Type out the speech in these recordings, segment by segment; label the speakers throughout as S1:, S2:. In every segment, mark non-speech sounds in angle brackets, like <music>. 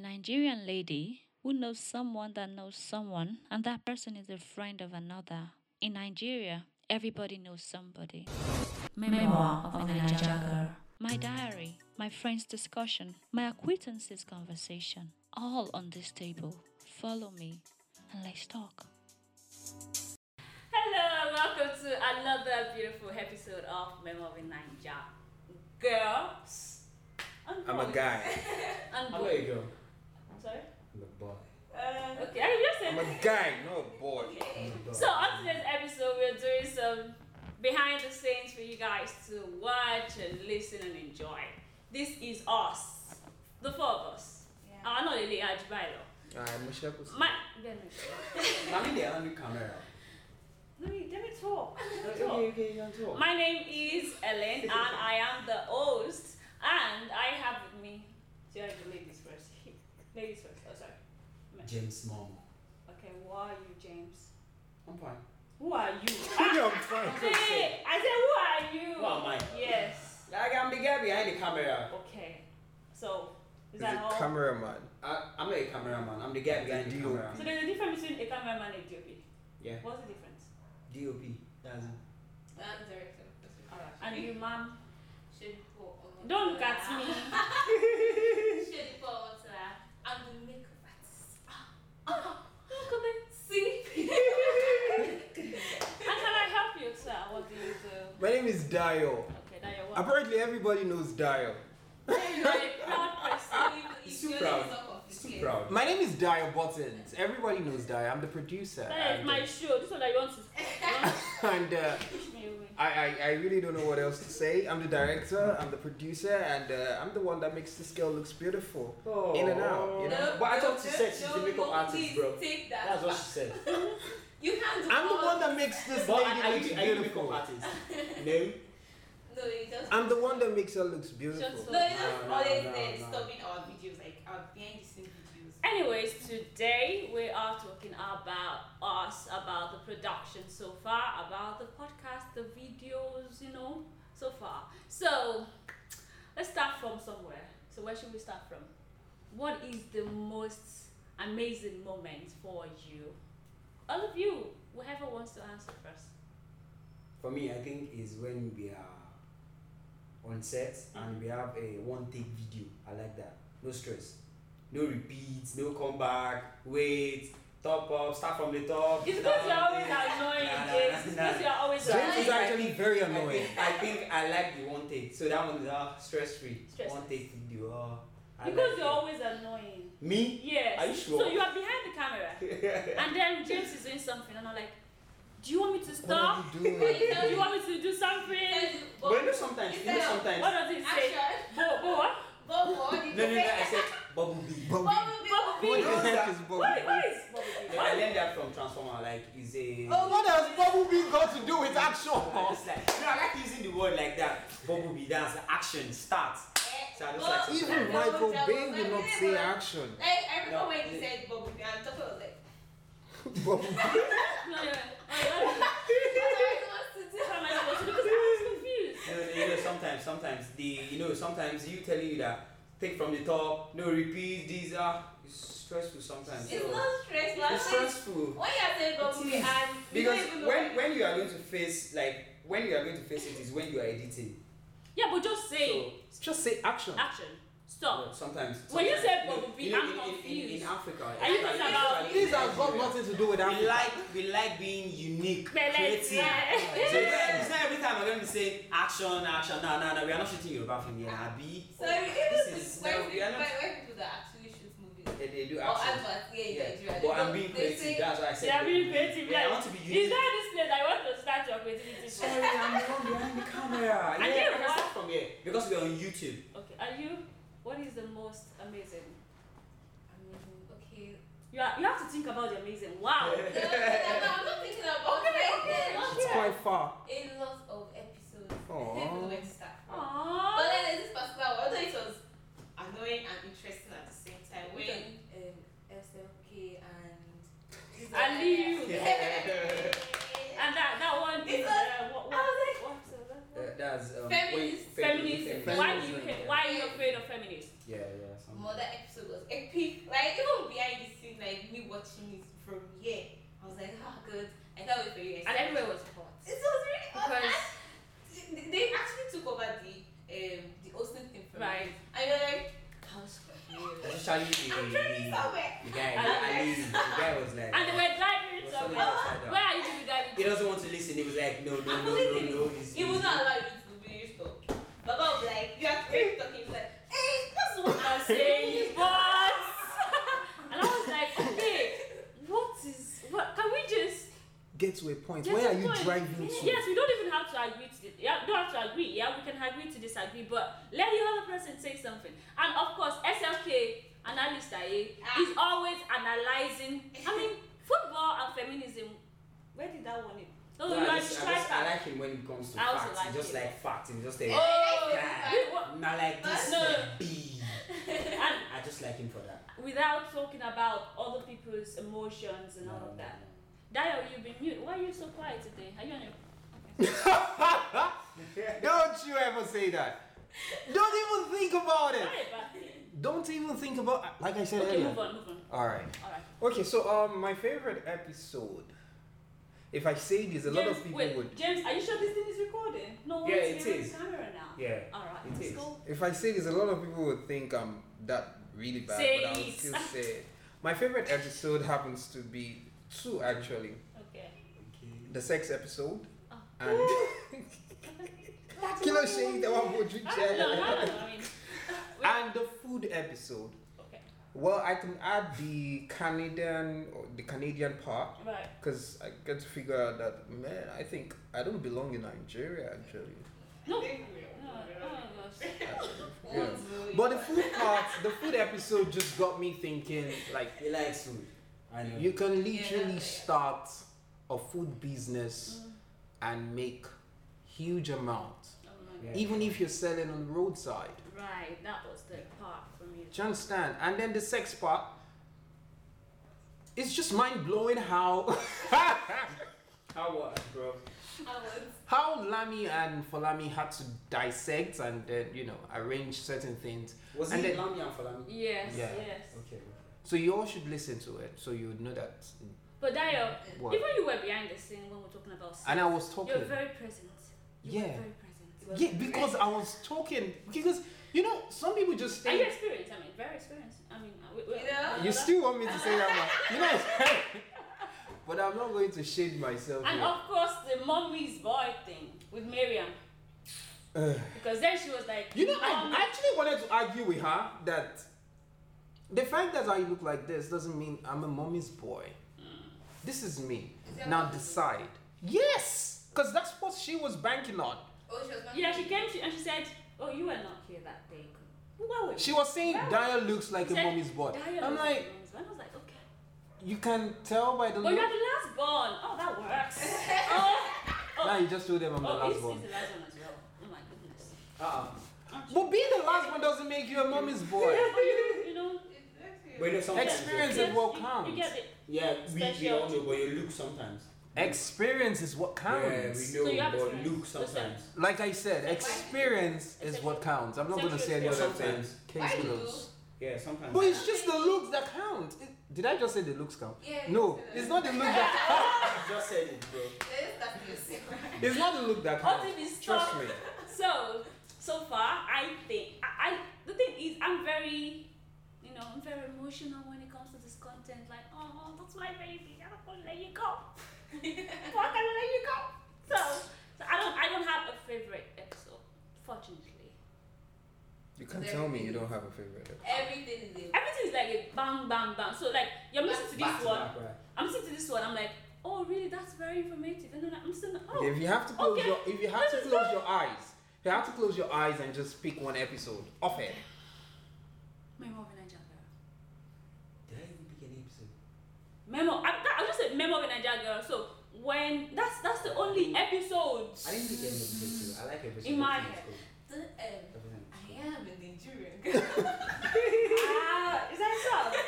S1: Nigerian lady who knows someone that knows someone, and that person is a friend of another. In Nigeria, everybody knows somebody. Memoir of a Niger Girl. My diary, my friend's discussion, my acquaintances' conversation, all on this table. Follow me and let's talk.
S2: Hello and welcome to another beautiful episode of Memo of a Ninja. Girls, and
S3: I'm a
S2: boys.
S3: guy.
S2: And
S3: I'm a
S2: boy.
S3: girl.
S2: Sorry.
S3: I'm a boy.
S2: Uh, okay, I just
S3: I'm
S2: said.
S3: a guy, not a boy.
S2: So on today's episode, we're doing some behind the scenes for you guys to watch and listen and enjoy. This is us, the four of us. Yeah. Uh, not really, Ajibilo.
S3: I'm a shepherd.
S2: My.
S3: I'm the only camera.
S2: Let me let me talk. Let me
S3: Okay,
S2: talk.
S3: okay, you can talk.
S2: My name is Ellen and I am the host and I have with me Do you have the ladies first? <laughs> ladies first, oh sorry.
S4: James Momo.
S2: Okay, who are you James?
S4: I'm fine.
S2: Who are <laughs> you?
S3: I'm fine.
S2: hey, I said who are you?
S4: Who am I?
S2: Yes.
S4: Like I'm the guy behind the camera.
S2: Okay. So is
S3: He's
S2: that
S3: a
S2: all?
S3: cameraman.
S4: I, I'm not a cameraman. I'm the guy behind the
S3: DOP.
S4: camera.
S2: so there's a difference between a cameraman and a DOP.
S4: Yeah.
S2: What's the difference?
S4: DOP. That's it.
S5: That director.
S2: Alright. And you ma'am.
S5: Should go on.
S2: Don't look at me.
S5: Should go on to that. I'm the makeup artist.
S2: Ah,
S5: Oh, look at that. See?
S2: And can I help you, sir? What do you do?
S3: My name is Dio.
S2: Okay, that you're
S4: <laughs>
S2: one.
S3: Apparently, everybody knows Dio.
S5: You're a proud person.
S4: He's
S5: Your
S4: too
S5: name is
S4: proud.
S5: not
S4: He's too
S5: complicated.
S4: proud.
S3: My name is Dio Buttons. Everybody knows Dio. I'm the producer.
S2: That is
S3: And,
S2: my show. This one that you want to you want to
S3: and uh,
S2: push me away.
S3: I, I, I really don't know what else to say. I'm the director, I'm the producer, and uh, I'm the one that makes this girl looks beautiful.
S4: Oh.
S3: In and out, you know?
S5: No,
S4: But I
S5: no,
S4: thought she
S5: no,
S4: said she's
S5: no,
S4: the makeup
S5: no,
S4: artist,
S5: please
S4: bro.
S5: Take that.
S4: That's what she said.
S5: You can't do
S3: I'm the
S5: all
S3: one that
S5: this.
S3: makes this
S4: But
S3: lady
S4: are, are,
S3: looks
S4: you, are you the makeup
S3: beautiful.
S4: artist? Name?
S5: No, you just.
S3: I'm the one that makes her looks beautiful.
S2: Just
S5: No, you just
S4: No, no,
S5: always
S4: no,
S5: there
S4: no.
S5: stopping our videos, like our behind the scenes videos.
S2: Anyways, today we are talking about us, about the production so far, about the podcast, the videos, you know, so far. So let's start from somewhere. So where should we start from? What is the most amazing moment for you? All of you, whoever wants to answer first.
S4: For me, I think is when we are on set and we have a one take video. I like that. No stress. No repeats, no comeback, wait, top up, start from the top.
S2: It's because you're always
S4: down.
S2: annoying,
S4: Nah, nah,
S2: James. It's
S4: nah,
S2: because
S4: nah.
S2: you're always
S4: So
S3: James
S2: annoying.
S3: is actually very annoying.
S4: I think I like the one take. So that one is uh, stress free.
S2: Stress
S4: One take video. Uh, I
S2: Because
S4: like
S2: you're
S4: it.
S2: always annoying.
S4: me.
S2: Yes.
S4: Are you sure?
S2: So you are behind the
S4: <laughs>
S2: camera. and then James is doing something, and I'm like, Do you want me to
S3: What
S2: stop?
S3: are you doing?
S2: <laughs> Do you want me to do something?
S4: But you know sometimes, you know
S5: Instead of
S2: What
S4: sometimes.
S2: does it say?
S5: Action.
S2: But, but what?
S5: But what?
S4: No, no, no. I said bubble
S2: <laughs>
S4: bee.
S3: Bumblebee.
S5: Bumblebee.
S3: What
S4: What
S3: the heck
S4: was that?
S3: is
S2: What,
S3: Bumblebee?
S2: what is Bumblebee?
S4: Yeah, I
S2: What?
S4: learned that from Transformer. Like, is a.
S5: Oh,
S3: What has Bumblebee got to do with
S4: I
S3: action?
S4: just like, you know, I like using the word like that. Bubble bee. That's the action start. So I just like to-
S3: Even
S5: That
S3: Michael
S5: was- that
S3: Bay
S5: was
S3: would not
S5: amazing.
S3: say action.
S5: Like, I remember
S4: No.
S5: when he said Bumblebee, and Tucker was like, <laughs>
S3: Bumblebee.
S2: No, no, no. Wait, what?
S5: what am I supposed to do?
S2: What am I supposed to do? Because I was confused.
S4: No, no, you know, sometimes, sometimes the, you know, sometimes you telling you that take from the top, no repeat. These are it's stressful sometimes.
S5: It's
S4: so-
S5: not stressful.
S4: it's stressful.
S5: When you are saying Bumblebee,
S4: It is.
S5: and you don't even
S4: because
S5: know
S4: when, when you are going to face like when you are going to face it is when you are editing
S2: Yeah, but just say
S4: so
S3: Just say action.
S2: action. Stop.
S4: sometimes, sometimes
S2: When you said
S4: no,
S2: Bumblebee,
S4: you know,
S2: I'm
S4: in- in, in, in,
S2: confused.
S4: Africa
S2: Are you talking about-
S3: This has got nothing to do with
S4: we
S3: action.
S4: like we like being unique
S2: But let's-
S4: creative
S2: yeah.
S4: so yeah, it's not every time I'm going to say action action no no no we are not shooting Yoruba film here Abi
S5: So it
S4: This
S5: is
S4: is-
S5: when
S4: no, we are not-
S5: when people that actually shoot movies or
S4: they, they do action
S5: adverts here in Nigeria,
S4: yeah.
S5: they
S4: but I'm
S5: don't-
S4: being
S5: they say-
S4: creative that's why I
S2: They are
S4: said
S2: being creative.
S4: yeah, I
S2: Like,
S4: want to be
S2: <laughs> is
S4: unique
S2: that this place I want to start your creativity from?
S4: Sorry, I'm not behind the camera. Yeah,
S2: I didn't
S4: can
S2: want-
S4: start from here because we're on YouTube. Uh,
S2: Okay, are you? What is the most amazing?
S5: Amazing. Okay.
S2: You, are, you have to think about the amazing. Wow.
S5: No, no, no, I'm not
S4: <laughs>
S5: thinking about
S2: Okay,
S5: it.
S3: It's quite far.
S5: A lot of episodes.
S3: Aww.
S5: <laughs> I don't even know where to start from. But
S2: Aww.
S5: then there's this particular one, although it was annoying and interesting at the same time
S2: Which
S5: when um, SLK and
S2: Aliyu.
S5: <laughs>
S4: <laughs>
S5: Yeah.
S2: And that that one is uh, what what,
S5: I
S2: what, what,
S4: that's um,
S5: Feminist.
S4: wait,
S2: feminist.
S4: feminism.
S2: Why do you
S4: Feminism.
S2: hate, why are you afraid of feminists?
S5: great.
S4: Yeah, yeah. Some,
S5: Mother episode was epic. Like even behind the scenes, like me watching it from here, I was like, oh good. I can't wait for you guys.
S2: And everywhere was hot.
S5: It was really awesome.
S2: Because-
S5: And they- they actually took over the um the hosting thing from
S2: Right.
S5: me. And you're like, I was confused.
S4: especially the,
S5: I'm
S4: the,
S5: trying somewhere.
S4: the guy,
S2: I'm
S4: Ali. The guy was like,
S2: And they were
S4: it
S2: driving
S4: was something
S2: somewhere.
S4: upside down.
S2: Where are you to be driving?
S4: uh, He doesn't want to listen. He was like, no, no, no,
S5: I'm
S4: no,
S5: listening.
S4: no. It's,
S5: He would not allow you to do your stuff. Baba was like, you are great talking. He's like, hey, that's what
S2: I
S5: I'm
S2: was saying,
S5: saying.
S2: but
S5: <laughs>
S2: and I was like, okay, what is what? Can we just?
S3: Get to a point.
S2: Get
S3: Where
S2: to a
S3: are you
S2: point.
S3: driving to?
S2: Yes, we don't even have to agree to. Yeah, we don't have to agree. Yeah, we can agree to disagree, but let the other person say something. And of course, SLK analyst IE
S4: Ah.
S2: is always analyzing.
S4: <laughs>
S2: I mean, football and feminism. Where did that one? in? No,
S4: No,
S2: Oh, you
S4: I,
S2: are a
S4: just, I, just, I
S2: striker.
S4: like him when it comes to
S2: I also
S4: facts.
S2: like
S4: He just
S2: him.
S4: like facts. He just like,
S5: Yeah.
S2: Oh,
S4: God.
S2: we- what-
S4: Not like this.
S2: No.
S4: like, big.
S2: and
S4: I just like him for that.
S2: without talking about other people's emotions and all of that. Dio, you've been mute. Why are you so quiet today? Are you
S3: <laughs>
S2: on your
S3: Don't you ever say that. Don't even think about it.
S2: Sorry about that.
S3: Don't even think about. Like I said
S2: Okay,
S3: earlier.
S2: move on, move on.
S3: All right.
S2: Alright.
S3: Okay, so um, my favorite episode. If I say this, a lot of
S2: James,
S3: people
S2: wait,
S3: would.
S2: James, are you sure this thing is recording? No,
S4: Yeah,
S2: it's
S4: it
S2: here on
S4: is.
S2: camera now.
S4: Yeah.
S2: Alright,
S4: It
S2: let's
S4: is.
S2: go.
S3: If I say this, a lot of people would think I'm that really bad,
S2: Say
S3: but I will
S2: it.
S3: still say it. My favorite episode happens to be two actually:
S2: Okay.
S3: <laughs>
S4: Okay.
S3: the sex episode
S2: Oh.
S3: and <laughs> Kilo Shade, the one who drink
S2: Ah,
S3: chair.
S2: no, no, no, I mean,
S3: and the food episode.
S2: okay.
S3: Well, I can add the Canadian or the Canadian part
S2: Right.
S3: because I get to figure out that man, I think I don't belong in Nigeria actually.
S2: No. No,
S5: Oh,
S2: oh, gosh.
S3: Yeah. But the food part, the food episode just got me thinking like
S4: He likes food. I know.
S3: you can
S5: Yeah,
S3: literally
S5: yeah.
S3: start a food business and make huge amount
S2: Oh, my
S4: Yeah.
S3: even if you're selling on the roadside.
S2: God. Right, that was the part for me.
S3: Do you understand? And then the sex part it's just mind blowing how <laughs>
S4: How what, bro?
S5: I was.
S3: how Lami and Falami had to dissect and then you know arrange certain things.
S4: Was
S3: And
S4: it
S3: then-
S4: Lam Yam for Lam?
S2: Yes,
S3: Yeah.
S2: yes.
S4: Okay.
S3: So you all should listen to it so you would know that
S2: But Dio,
S3: what.
S2: even you were behind the scene when we were talking about
S3: And I was
S2: You're
S3: talking.
S2: very present. You
S3: Yeah.
S2: Were very present.
S3: Yeah, because I was talking because you know some people just
S2: Are you
S3: think
S2: experienced? I mean, very experienced. I mean, uh, we, we,
S5: You know?
S3: you still want me to say that one. You know, <laughs> but I'm not going to shade myself.
S2: And
S3: here.
S2: of course, the mommy's boy thing with Miriam.
S3: Ugh.
S2: Because then she was like,
S3: Uh. you know,
S2: "Mom,
S3: I, I actually wanted to argue with her that the fact that I look like this doesn't mean I'm a mommy's boy. This is me.
S5: Is that
S3: Now
S5: what you-
S3: decide. Yes, because that's what she was banking on.
S5: Oh, she was not
S2: Yeah, she came to, and she said, Oh, you were not here that day. Why were you?
S3: She was saying
S2: Why would-
S3: Daya looks like a
S2: Said,
S3: mommy's boy.
S2: "Daya
S3: I'm
S2: was
S3: like,
S2: the mommy's boy." And I was like, Okay.
S3: you can tell by the
S2: But
S3: look.
S2: you're the last born. Oh, that
S3: <laughs>
S2: works. oh, oh,
S3: Now you just told them I'm the
S2: oh,
S3: last
S2: he's,
S3: one.
S2: he's the last one as well. Oh, my goodness.
S4: Uh-uh.
S3: But being the last one doesn't make you a mommy's boy.
S2: <laughs> But you, you know,
S4: But you know, sometimes.
S3: Experience
S2: you
S3: is
S2: get-
S3: what
S2: you, you get
S3: counts.
S2: it.
S4: Yeah, we, we
S2: Special.
S4: all know, but you look sometimes.
S3: Experience is what
S4: Yeah,
S3: counts.
S4: we know,
S2: So you have
S4: but
S2: experience.
S4: look
S2: Listen.
S4: sometimes.
S3: Like I said, experience is what counts. I'm not going to say any other thing.
S4: Sometimes.
S3: Case
S5: Why you
S3: closed.
S4: Yeah, sometimes.
S3: But it's just the looks that count. It- did I just say the looks count?
S5: Yeah, you
S3: No,
S5: said
S3: it's
S5: it.
S3: not the look that
S4: just said it, bro.
S5: Yes, that's your secret.
S3: It's not the look that counts.
S2: Autism is
S3: Trust
S2: tough.
S3: me.
S2: So, so far, I think I, I the thing is I'm very, you know, I'm very emotional when it comes to this content. Like, oh, that's my baby. I don't want to let you go. Why can I let you go? So, so I don't, I don't have a favorite episode, fortunately.
S3: You
S5: can't tell me you don't
S3: have a favorite.
S5: Everything is there.
S2: Everything is like a bang, bang, bang. So like you're listening to
S4: Back
S2: this
S4: to
S2: one,
S4: back, right?
S2: I'm listening to this one. I'm like, oh, really? That's very informative. And then I'm still, oh,
S3: If you have to close
S2: Okay.
S3: your, if you have to
S2: This is
S3: close
S2: good.
S3: your eyes, you have to close your eyes and just pick one episode off it.
S2: memo of a Nigeria girl.
S4: Did I even pick an episode?
S2: Memo. I, that, I just said memo of a Nigeria girl. So when that's that's the only episode.
S4: I didn't pick an episode. too. I like episode.
S2: In my
S4: Everything
S2: head.
S4: is cool.
S5: The, um,
S4: Everything is cool.
S5: I am a Nigerian girl.
S2: Ah, is that so?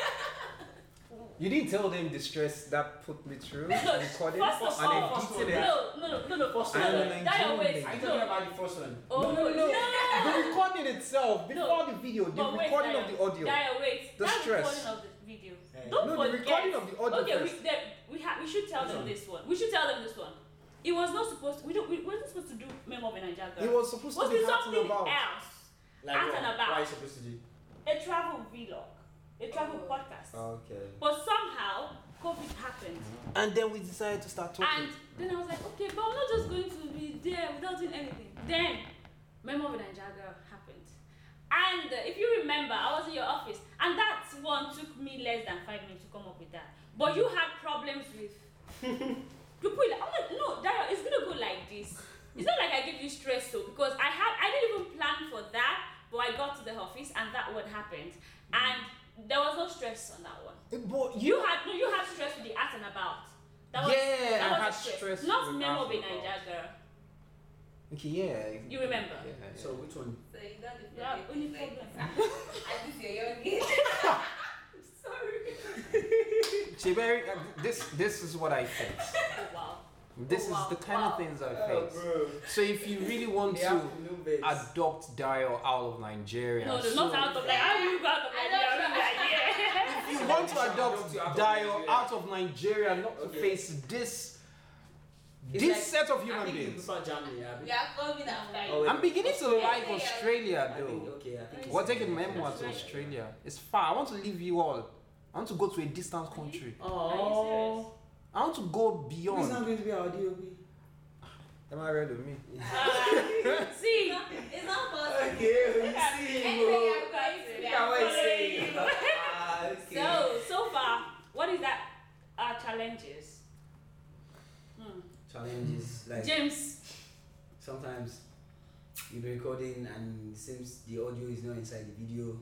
S3: You didn't tell them the stress that put me
S2: <laughs>
S3: through
S2: No,
S3: recording
S2: first of
S3: and
S2: all-
S3: then beating it.
S2: No, no, no, no, no,
S3: First
S2: no,
S3: one,
S2: no,
S3: then
S2: That
S3: June,
S2: way.
S3: then
S4: Are you
S2: no.
S4: talking about the first one?
S2: Oh,
S3: No, no,
S2: no.
S3: no. The recording itself, before
S2: No.
S3: the video, the
S2: But wait,
S3: recording of
S2: Dayo.
S3: the audio.
S2: Dayo, wait.
S3: The
S2: That's
S3: stress.
S2: recording of the video.
S4: Eh,
S2: Don't
S3: no, the
S2: forget.
S3: recording of the audio
S2: Okay,
S3: first.
S2: we, then, we, ha- we should tell
S4: This
S2: them
S4: one.
S2: this one. We should tell them this one. It was not supposed to, we, don't, we wasn't supposed to do Memo of a Niger Girl.
S3: It was supposed
S2: was
S3: to be
S2: it something
S3: happening about.
S2: else?
S4: Like
S2: Out
S4: what?
S2: and about.
S4: What are you supposed to do?
S2: A travel vlog, a travel
S3: Oh.
S2: podcast.
S4: Okay.
S2: But somehow, COVID happened.
S3: And then we decided to start
S2: And then I was like, okay, but I'm not just going to be there without doing anything. Then, Memo with Nigeria happened. And uh, if you remember, I was in your office, and that one took me less than five minutes to come up with that. But you had problems with. you put it like, I'm not, no, Dario, it's gonna go like this. It's not like I give you stress though, because I had, I didn't even plan for that, but I got to the office and that one happened, and there was no stress on that one.
S3: Eh, but
S2: You had no, you had stress with the at and about. That was,
S3: Yeah,
S2: that
S3: I
S2: was
S3: had
S2: the stress.
S3: stress
S2: Not
S3: with
S2: memo
S3: at
S2: with
S3: and about.
S2: Naija girl.
S3: Okay, yeah.
S2: You remember?
S3: Yeah, yeah.
S4: So which one?
S5: So you got the
S2: Yeah, only
S5: like,
S2: problem. <laughs>
S5: At least you're young <laughs> age.
S2: Sorry.
S3: Chiberi, uh, this this is what I
S4: <laughs>
S3: think.
S2: Oh, wow.
S3: This
S2: Oh, wow.
S3: is the kind
S2: Wow.
S3: of things I face.
S4: Oh, bro.
S3: So if you really want
S4: They have
S3: to
S4: to know best.
S3: adopt Dio out of Nigeria,
S2: No, no,
S3: so
S2: not out of
S4: <laughs>
S2: like how you go out of
S5: I
S2: Nigeria.
S5: don't know.
S2: I
S3: if you want to adopt
S4: Adopt you out of
S3: Dio
S4: Nigeria.
S3: out of Nigeria, not to
S4: Okay.
S3: face this
S4: It's
S3: this
S4: like-
S3: set of
S4: I
S3: human
S4: think you
S3: beings.
S4: prefer Germany, abi?
S5: We are coming after
S4: Oh,
S5: you.
S4: wait.
S3: I'm beginning to like
S5: Yeah.
S3: Australia
S4: I think,
S3: though.
S4: okay, I think
S3: We're
S4: it's-
S3: taking memoirs
S4: That's
S3: to
S4: right.
S3: Australia. It's far. I want to leave you all. I want to go to a distant country.
S4: Oh.
S3: I want to go
S4: Who's not
S3: beyond.
S4: going to be our DOP?
S3: Am I ready with me?
S4: <laughs>
S2: don't <laughs> know. See.
S5: It's not- It's not possible.
S4: Okay, we
S5: Anyway,
S4: see, bro.
S5: I'm going to-
S4: Look at what he's saying.
S2: Sorry.
S4: Ah, okay.
S2: So so far, what is that? Our challenges. Hmm.
S4: Challenges like
S2: James.
S4: sometimes you be recording and seems the audio is not inside the video.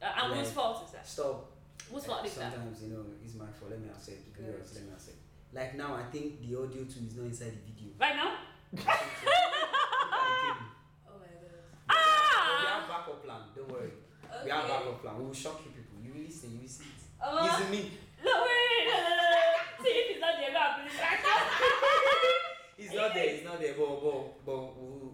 S2: Uh, and whose
S4: Like-
S2: fault is that?
S4: Stop.
S2: Whose fault is that?
S4: Sometimes you know it's my fault. Let me accept. Let me
S2: Correct.
S4: accept. Let me accept. Like now, I think the audio too is not inside the video.
S5: <laughs>
S4: <laughs>
S2: Right now?
S4: Okay.
S5: Oh my God.
S4: We
S2: Ah!
S4: have backup plan. Don't worry. We have
S5: Okay.
S4: backup plan. We will shock you people. You will listen. You will see. it.
S5: Oh,
S4: It's me.
S2: No, wait, wait, no, no, no, no. <laughs> See, if it's not there, I'll be
S4: It's not there. It's not there. But but but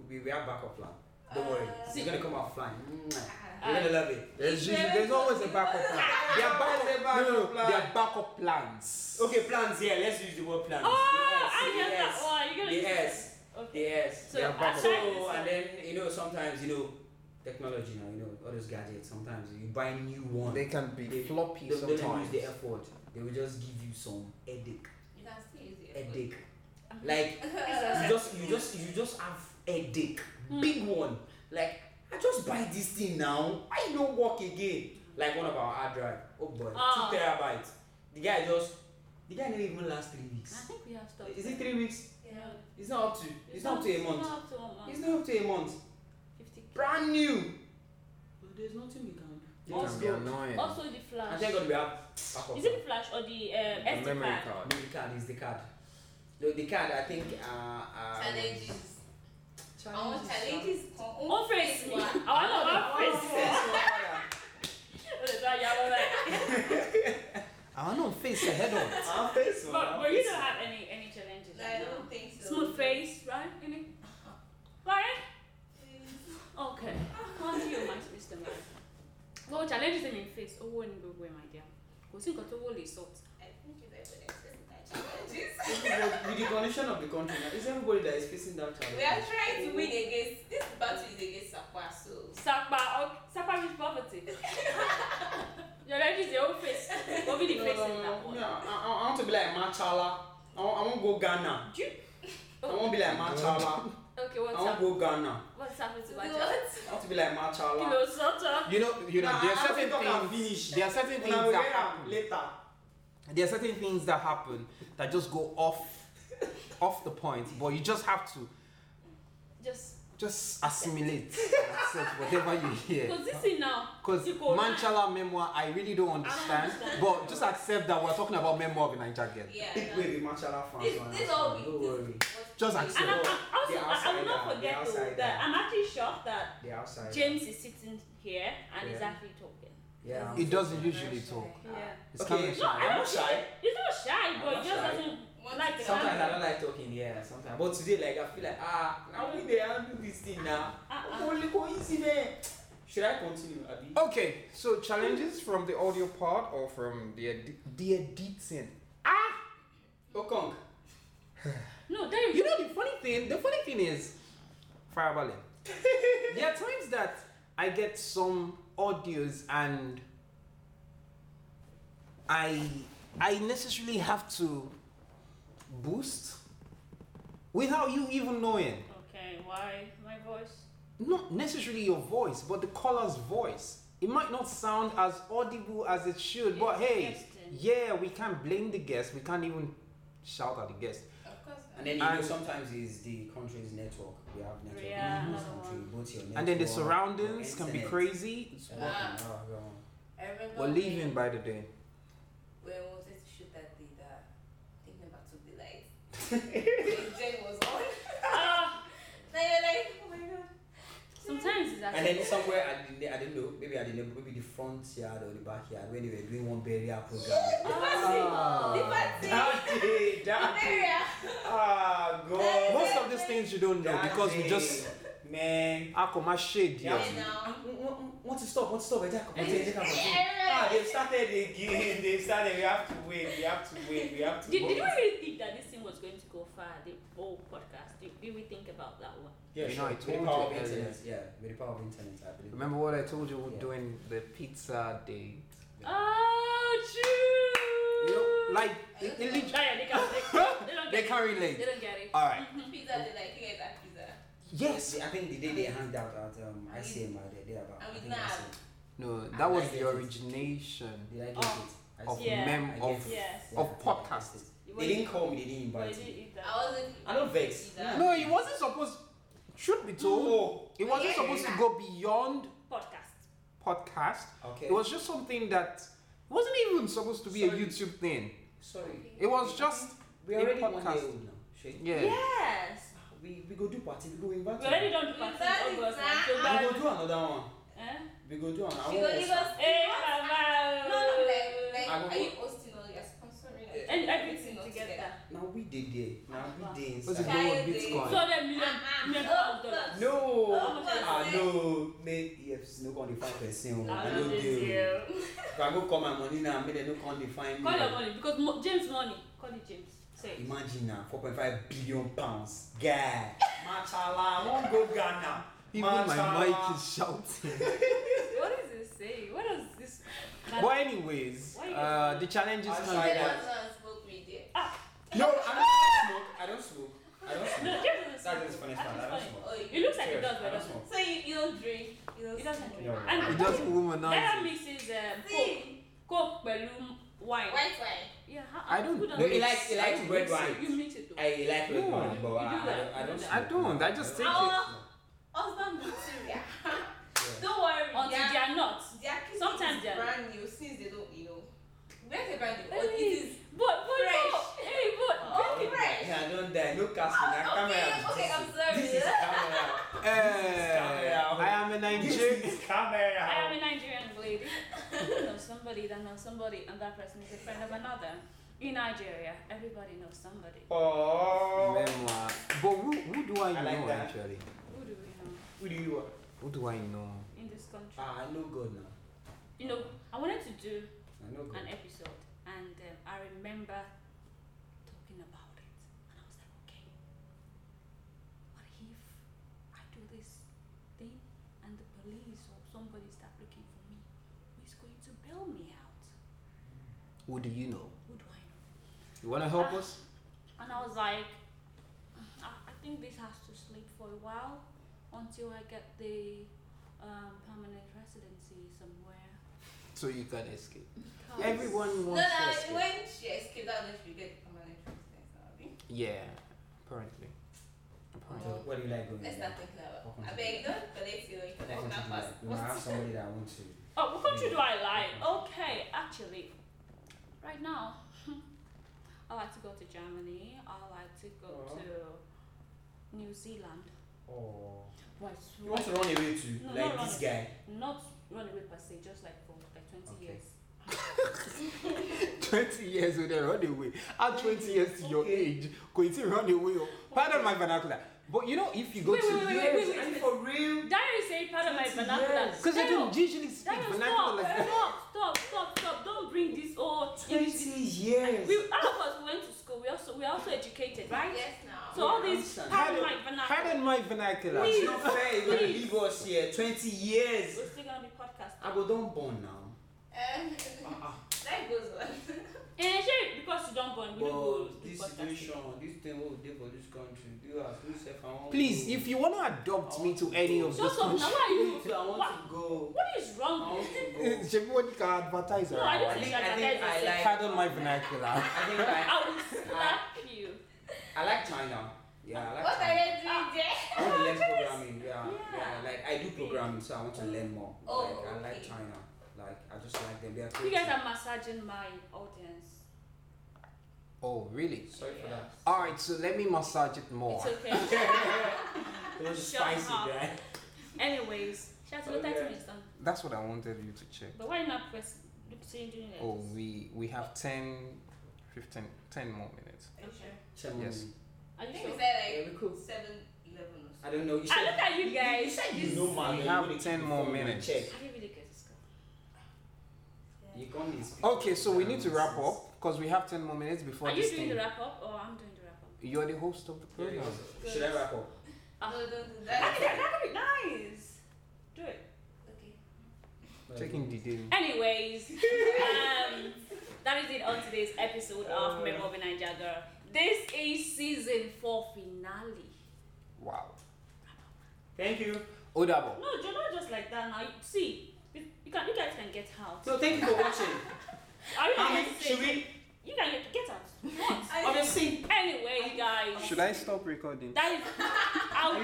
S4: we we have backup plan. Don't worry.
S5: Uh,
S4: You're gonna come out flying. Mwah.
S5: ah.
S4: You're gonna love it.
S3: There's, usually- there's always a backup plan. There are backup, no, no, no, there are backup plans.
S4: Okay, plans. Yeah, let's use the word plans.
S2: Oh,
S4: Yes,
S2: I get that
S4: yes.
S2: one. You're gonna
S4: The
S2: use
S4: S.
S2: that. Okay.
S4: Yes.
S2: So,
S4: yeah,
S2: I
S4: but-
S2: tried this
S4: so
S2: one.
S4: and then you know sometimes you know technology now you know all those gadgets sometimes you buy new one
S3: They can be
S4: They-
S3: floppy
S4: they don't even
S3: sometimes.
S4: use the F word they will just give you some headache
S5: You can still use it.
S4: headache
S2: <laughs>
S4: like you
S5: It's
S4: just you just you just have headache
S2: Hmm.
S4: big one like I just buy this thing now I don't work again like one of our hard drive oh boy
S2: Ah.
S4: two terabytes the guy just the guy didn't even last three weeks
S2: think we have stopped.
S4: is it three weeks
S5: a- Yeah.
S4: it's not up to it's, not up to a month
S2: It's not up to a month.
S4: it's not up to a month
S2: 50
S4: brand new. But there's nothing we can do.
S3: It can be annoying.
S2: Also, the
S4: I
S2: flash.
S4: thank God we have backup.
S2: Is it the flash or the um, SD
S3: the memory
S2: card?
S3: card.
S4: The card is the card. No, the card I think uh, uh
S5: Challenges. I want challenges. come on.
S2: Oh, face one. <laughs> I want
S4: Oh,
S2: to have Oh, face <laughs> one. That's why y'all Oh, were like-
S3: I don't know, face ahead on.
S4: Our face one.
S2: But, but you don't have any, any challenges.
S5: I
S2: right
S5: don't
S2: now.
S5: think so.
S2: Smooth face, right? Any? Right? Okay. Can't you my Mr. Man? Well, challenges in my face. Oh, one go away, my dear. Kò sí nǹkan tó wò lè sort.
S5: I think you guys will accept my challenges. <laughs>
S4: Everybody- With the condition of the country, now, is everybody that is facing that challenge?
S5: We are trying to win against this battle is against Sakwa, so
S2: Sapa, oh, Sapa means poverty. <laughs> Your life is your own face. What be the
S4: No,
S2: face
S4: no,
S2: in that
S4: no,
S2: one?
S4: no. I, I I want to be like Machala. I want, I want to go Ghana.
S2: Do you?
S4: I want to be like Machala.
S2: Okay,
S4: I
S2: what's
S4: want
S2: up?
S4: to go Ghana.
S2: What's happened to
S5: So
S2: my
S5: what?
S2: child?
S4: I want to be like Machala.
S2: You know, sort of.
S3: You know, you know,
S4: Nah,
S3: there
S4: I- I
S3: are
S4: don't
S3: certain
S4: think I can
S3: things.
S4: finish.
S3: There are certain
S4: Una
S3: things
S4: will
S3: that
S4: get am
S3: happen.
S4: later.
S3: There are certain things that happen that just go off, off the point. But you just have to
S2: Just.
S3: just assimilate, and accept whatever you hear.
S2: Because this thing now.
S3: Because
S2: you go-
S3: Manchala memoir, I really don't understand.
S2: understand.
S3: But just accept that we're talking about memoir of a Niger girl.
S5: yeah.
S4: Big wave in Machala fans.
S5: This,
S4: man.
S5: this all be.
S4: Don't worry.
S3: Just
S2: And I'm,
S3: accept.
S2: I'm also, I, I
S4: They're
S2: will not
S4: outside that,
S2: forget
S4: they're
S2: though
S4: outside
S2: that
S4: that.
S2: I'm actually shocked that
S4: They're outside.
S2: James is sitting here and he's
S4: Yeah.
S2: actually talking.
S4: Yeah.
S3: He doesn't usually talk.
S2: Yeah.
S3: It's kind
S4: okay.
S3: of
S2: No,
S3: shy.
S2: I'm
S4: I'm
S2: not
S4: not
S2: shy.
S4: shy.
S2: He's not shy,
S4: I'm
S2: but
S4: not
S2: he just
S4: shy.
S2: doesn't like it.
S4: Sometimes I don't like talking, yeah, sometimes. But today, like, I feel like, ah, now we they handle this thing now.
S2: Ah,
S4: Only go easy, man. Should I continue, Abi?
S3: Okay, so challenges from the audio part or from the edi- the editing.
S4: Okong.
S2: No, there
S3: You know the funny thing. The funny thing is, fireballing. there are times that I get some audios and I I necessarily have to boost without you even knowing.
S2: Okay, why my voice?
S3: Not necessarily your voice, but the caller's voice. It might not sound as audible as it should, but
S2: It's
S3: hey,
S2: guesting.
S3: yeah, we can't blame the guest. We can't even shout at the guest.
S5: Of course
S4: And then you
S3: And-
S4: know sometimes it's the country's network. We have network
S2: Yeah,
S4: in this
S2: another
S4: country,
S2: one.
S4: both your network.
S3: And then the surroundings
S4: your
S3: can be
S4: internet.
S3: crazy. It's
S4: Yeah.
S3: what-
S5: Ah.
S4: Oh, God.
S5: I remember
S3: We're
S5: when-
S3: leaving by the day.
S5: when we wanted to shoot that day that thing about to be like
S4: <laughs>
S5: the gen was on. <laughs>
S2: Ah,
S5: Now you're like, oh my god.
S2: sometimes it's
S4: And
S2: actually.
S4: then somewhere at the, ne- I don't know, maybe at the neighbor, maybe the front yard or the backyard when they were doing one burial
S2: <laughs>
S4: program.
S5: Ah. The party.
S4: that day, that day.
S5: Area.
S4: Ah, God.
S3: Most of these things you don't know
S4: That
S3: because we
S4: day,
S3: just
S4: man.
S3: akoma shade
S4: Yeah.
S3: here.
S5: And now.
S4: Want to stop? Want to stop? Jack,
S2: Eh,
S4: Jack, Jack, Jack. Ah,
S5: Area.
S4: they've started again. <laughs> They've started. We have to wait. We have to wait. We have to.
S2: Did, did we
S4: wait.
S2: really think that this thing was going to go far? The whole podcast. Did, did we think about that one?
S4: Yeah,
S3: You know,
S4: sure.
S3: I
S4: With
S3: told
S4: the power
S3: you
S4: of
S3: earlier.
S4: internet. Yeah, with the power of internet, I believe.
S3: Remember what I told you we're
S4: Yeah.
S3: doing the pizza day.
S2: Oh, true.
S3: You know, like it, it lit-
S2: Nah, yeah, they
S3: <laughs>
S2: can. They, can- they don't
S3: they
S2: get.
S3: can't
S2: They,
S3: relate.
S2: don't get it.
S3: All right.
S5: Pizza they like, you guys have pizza.
S3: Yes.
S4: See, I think the day they hanged out at um, ICM, uh, they, they about.
S5: And
S4: I
S5: with
S4: think
S5: Nav.
S4: ICM.
S3: No,
S4: I
S3: that was
S4: like
S3: the
S4: it.
S3: origination
S4: Did I get
S2: Oh.
S4: it?
S3: of
S4: ICM.
S2: Yeah.
S3: mem
S4: I get
S3: of.
S4: it.
S2: Yes.
S4: Yeah,
S3: of
S4: I get
S3: podcast.
S4: it. They didn't call me. They didn't
S2: But you
S4: invite
S2: didn't
S4: me.
S2: eat that.
S5: I wasn't.
S4: I don't vex.
S5: Pizza.
S3: No, it wasn't supposed. Should be told.
S4: No.
S3: It wasn't
S5: Yeah.
S3: supposed to go beyond
S2: podcast.
S3: podcast.
S4: Okay.
S3: It was just something that wasn't even supposed to be a
S4: Sorry.
S3: YouTube thing.
S4: Sorry.
S3: It was just
S4: We
S3: a
S4: already one day
S3: podcast.
S4: old now. Shey.
S3: yeah.
S2: Yes.
S4: We we go do party. We go invite.
S2: We already
S4: them.
S2: don't do
S5: That
S2: party in
S5: is
S2: August.
S5: not-
S2: so
S4: We
S2: bad.
S4: go do another one.
S2: Eh?
S4: We go do another
S5: She go give
S4: one.
S5: us.
S2: Eh,
S5: No,
S2: Baba.
S5: no, like,
S4: I Eh.
S5: like,
S4: go-
S5: are you hosting or you're sponsoring? it?
S2: And everything together.
S4: Now we did there.
S2: Ah,
S4: Now we did
S3: What's it
S4: inside.
S5: Child
S3: going with
S5: day.
S2: So
S3: Bitcoin?
S2: then million,
S5: Ah, ah.
S2: million
S5: Oh,
S2: of dollars.
S5: fuck.
S4: No.
S5: Oh,
S4: Ah
S5: fuck.
S4: no. Make yes. No on the five
S5: oh.
S4: percent.
S2: Now
S4: oh. I
S2: you
S4: go
S2: just
S4: deal.
S2: hear.
S4: If I go call my money now, make them no come define me.
S2: Call your money because Mo- James money. Call it James. Say. it.
S4: Imagine now, 4.5 billion pounds. Guy. Machala, won't go Ghana.
S3: Even my
S4: Machala.
S3: mic is shouting.
S2: What is this saying? What is this?
S3: But anyways,
S2: Why you-
S3: uh, the challenges
S4: Outside
S3: can
S5: She
S3: be
S4: that.
S5: was
S3: like,
S5: not spoke with you.
S4: No, I don't smoke. I don't smoke. I don't
S2: No, <laughs>
S4: smoke.
S2: James is
S4: That is funny.
S2: That is
S4: I don't
S2: funny.
S4: smoke.
S5: Oh, you-
S2: It looks like it
S4: Serious,
S2: does, but
S4: I
S2: it
S4: don't
S2: doesn't.
S4: smoke.
S5: So you, you don't drink. You don't
S2: It doesn't.
S5: smoke.
S4: No.
S3: it
S2: And
S3: just
S2: Dara
S3: womanize it.
S2: mixes um, coke,
S5: See,
S2: coke pelu wine.
S5: white wine.
S2: Yeah, how,
S3: I don't
S2: who
S3: know.
S4: No,
S2: does
S4: he
S3: It's-
S4: likes, he likes
S3: I
S4: red
S3: mix
S4: wine.
S2: You mix it too.
S4: I like red
S3: No.
S4: wine, but I,
S2: You do
S4: I,
S2: that. You do
S4: don't, I don't
S2: that.
S4: smoke.
S3: I don't. I just take it.
S5: Our husband material.
S4: Yeah.
S5: don't worry.
S2: Until
S5: their-
S2: they are not.
S5: their kitchen
S2: sometimes
S5: is
S2: they are-
S5: brand new since they don't, you know. That's a brand
S2: Hey,
S5: new. But it is.
S2: but but no.
S5: Fresh.
S2: Hey, but
S5: Oh,
S2: drink it.
S5: fresh.
S4: Yeah, I don't die. No cast me. Now
S5: Oh,
S4: camera.
S5: okay,
S4: is
S5: okay,
S4: this.
S5: I'm sorry.
S4: This is camera.
S3: Eh, I am a
S4: <laughs> This
S3: Nigerian.
S4: is camera.
S2: I am a Nigerian lady. I know somebody that knows somebody, and that person is a friend of another. In Nigeria, everybody knows somebody.
S4: Oh.
S3: Memoir. But who, who do I
S4: I like
S3: know
S4: that.
S3: actually?
S2: Who do we know
S4: Who do you want?
S3: Who do I know?
S2: in this country?
S4: Ah, I know God now.
S2: You know, I wanted to do
S4: I know God.
S2: an episode, and um, I remember talking about it, and I was like, okay, what if I do this thing, and the police or somebody start looking for me? Who's going to bail me out?
S3: Who do you know?
S2: Who do I know?
S3: You wanna help us?
S2: And I was like, I, I think this has to sleep for a while until I get the um, permanent residency somewhere.
S3: So you can escape.
S2: Because-
S3: Everyone
S5: No,
S3: wants to
S5: no,
S3: escape.
S5: when she escaped out, then she get permanent residence. now, abi?
S3: Yeah, apparently. Apparently.
S4: What do you like going
S5: Let's
S4: there?
S5: not think about
S4: Welcome
S5: it. I
S4: to
S5: beg, don't collect your
S4: I want to do
S5: international
S4: that. You might have
S5: passport.
S4: somebody that I want to.
S2: Oh, what country do I like? Okay, actually, right now, <laughs> I like to go to Germany. I like to go
S4: Oh.
S2: to New Zealand.
S4: Oh.
S2: But
S4: You want to run away too,
S2: No,
S4: like
S2: not
S4: this
S2: run
S4: guy.
S2: not runaway per se, just like for like 20
S4: Okay.
S2: years.
S3: 20 years old and run away. Add 20 years to your
S4: Okay.
S3: age, could you run away? oh. Pardon my vernacular. But you know, if you go
S2: Wait,
S3: to.
S2: wait, wait, wait, wait, wait,
S4: Are you
S2: wait.
S4: for real?
S2: Diary say part of my
S4: 20
S2: vernacular.
S4: years.
S3: Because I
S2: Dayo,
S3: don't usually speak
S2: Dayo,
S3: vernacular
S2: stop,
S3: like that.
S2: stop, stop, stop, stop. Don't bring this old.
S4: Twenty years.
S2: We, all of us went to school. We also, we also educated, right?
S5: Yes, now.
S2: So all these
S4: Understand.
S2: part of
S3: Pardon
S2: my vernacular.
S3: pardon my vernacular.
S4: It's not fair. You're gonna
S2: Please.
S4: leave us here. Twenty years.
S2: We're still gonna be podcasting.
S4: I go don't born now.
S5: Um,
S4: Uh-uh.
S5: <laughs> life goes on.
S4: <laughs>
S2: And actually, Eh, because you don't born, we don't go
S4: But
S2: to
S4: this
S2: podcasting.
S4: situation, this thing what we did for this country, do you have yourself? I want
S3: Please,
S4: to-
S3: if you want to adopt me to any of
S2: Shut up
S3: those
S2: now.
S3: <laughs> countries,
S2: Why are you?
S4: I want
S2: What,
S4: to go.
S2: what is wrong
S4: I
S2: with
S4: want
S2: you?
S3: Eh,
S4: to go.
S3: Shemoni can advertise
S2: No, I
S4: I
S2: don't
S3: her.
S2: think
S4: think-
S2: I
S4: I think I like-
S3: Pardon my vernacular.
S4: I think I,
S2: I will slap you.
S4: I like China. Yeah, I like
S5: What are
S4: China.
S5: you doing there?
S4: I want to
S2: <laughs>
S4: learn programming. Yeah,
S2: Yeah.
S4: yeah. Like I do programming, so I want to learn more.
S5: Oh,
S4: like, I like
S5: okay.
S4: China. Like I just like them. They are
S2: You guys
S4: creative.
S2: are massaging my audience.
S3: Oh, really?
S4: Sorry for that.
S3: Alright, so let me massage it more.
S4: Oh.
S2: It's
S4: <laughs>
S2: okay.
S4: It was
S2: Shut
S4: spicy,
S2: up.
S4: right?
S2: Anyways, shout out to
S4: Okay.
S2: 30 minutes done.
S3: That's what I wanted you to check.
S2: But why not press? Saying doing it.
S3: Oh, we we have 10, 15, 10 more minutes.
S5: Okay.
S4: Chemo.
S3: Yes.
S2: Are
S5: I
S2: you
S5: think we
S2: sure?
S4: Yeah,
S5: said
S4: we
S5: like
S4: cool.
S5: seven, eleven or so.
S4: I don't know. You
S2: I
S4: said
S2: Ah, look at you guys. I
S4: you know, man.
S3: We
S4: you
S3: have
S4: really keep
S3: 10
S4: the
S3: more
S4: phone in
S3: minutes.
S4: Check.
S2: didn't really get this girl.
S4: You can't be speaking.
S3: Okay, so we need to wrap up because we have 10 more minutes before
S2: Are you
S3: this
S2: doing
S3: thing.
S2: the wrap up or I'm doing the wrap up?
S3: You're the host of the
S4: Yeah,
S3: program.
S4: yeah. Should I wrap up?
S2: Ah.
S5: No, don't do
S2: That could,
S4: <laughs>
S5: that.
S2: be nice. Do it.
S5: okay.
S3: Checking the day.
S2: <laughs> Anyways, um, that is it on today's episode of
S4: Uh.
S2: Memory Niger Girl. This is season four finale.
S3: Wow.
S4: Thank you.
S3: Odabo.
S2: No, you're not just like that now. You- See, you, you, can, you guys can get out.
S4: So thank you for watching.
S2: Are you
S4: How
S2: guys
S4: many should we?
S2: You can get, get out. What?
S5: I-
S4: Obviously.
S2: Anyways, guys.
S3: Should I stop recording?
S2: That is. I'll, what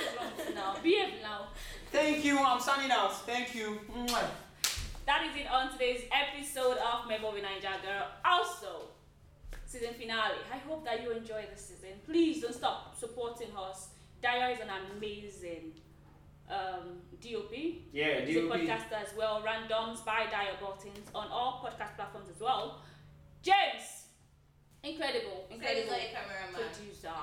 S2: is wrong with you now? Behave now.
S4: Thank you. I'm signing out. Thank you. Mwah.
S2: That is it on today's episode of Mebo with Ninja Girl. Also, season finale. I hope that you enjoy the season. Please don't stop supporting us. Daya is an amazing um, DOP.
S4: Yeah,
S2: He's a
S4: DOP.
S2: podcaster as well. Randoms by Daya Buttons on all podcast platforms as well. James, incredible,
S5: Incredible.
S2: incredible
S5: Like cameraman.
S2: producer.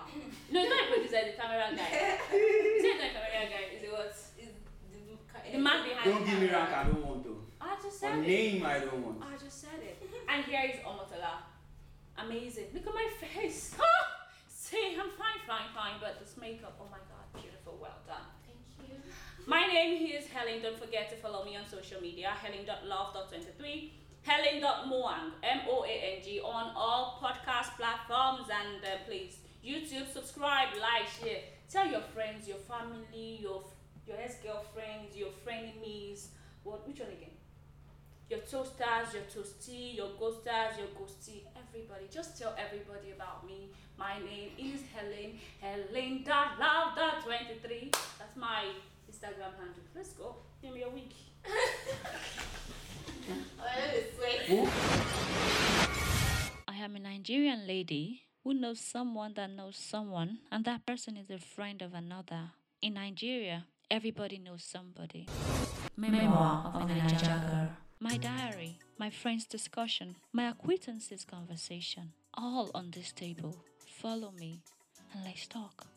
S2: no, he's not a producer. He's a camera guy. he's not a camera guy. He's a what?
S5: Is the book-
S2: The man behind.
S4: Don't
S2: the
S4: give me
S2: camera.
S4: rank. I don't want to.
S2: I just
S4: Or
S2: said it.
S4: name I don't want.
S2: Oh, I just said
S5: <laughs>
S2: it. And here is Omotala. Amazing. Look at my face. <laughs> Ah! See, I'm fine, fine, fine. But this makeup, oh my god, beautiful. Well done.
S5: Thank you.
S2: My name is Helen. Don't forget to follow me on social media. Helen.love.23. Helen.moang. M-O-A-N-G on all podcast platforms. And uh, please, YouTube, subscribe, like, share. Tell your friends, your family, your your ex-girlfriends, your frenemies. What? Which one again? your toasters, your toasty, your ghosters, your ghosty, everybody. Just tell everybody about me. My name is Helen, Helen dot love dot 23. That's my Instagram handle. Let's go. Give me a week.
S5: Oh, that is sweet.
S1: I am a Nigerian lady who knows someone that knows someone, and that person is a friend of another. In Nigeria, everybody knows somebody. Memoir of a Niger. My diary, my friend's discussion, my acquaintances' conversation, all on this table. Follow me and let's talk.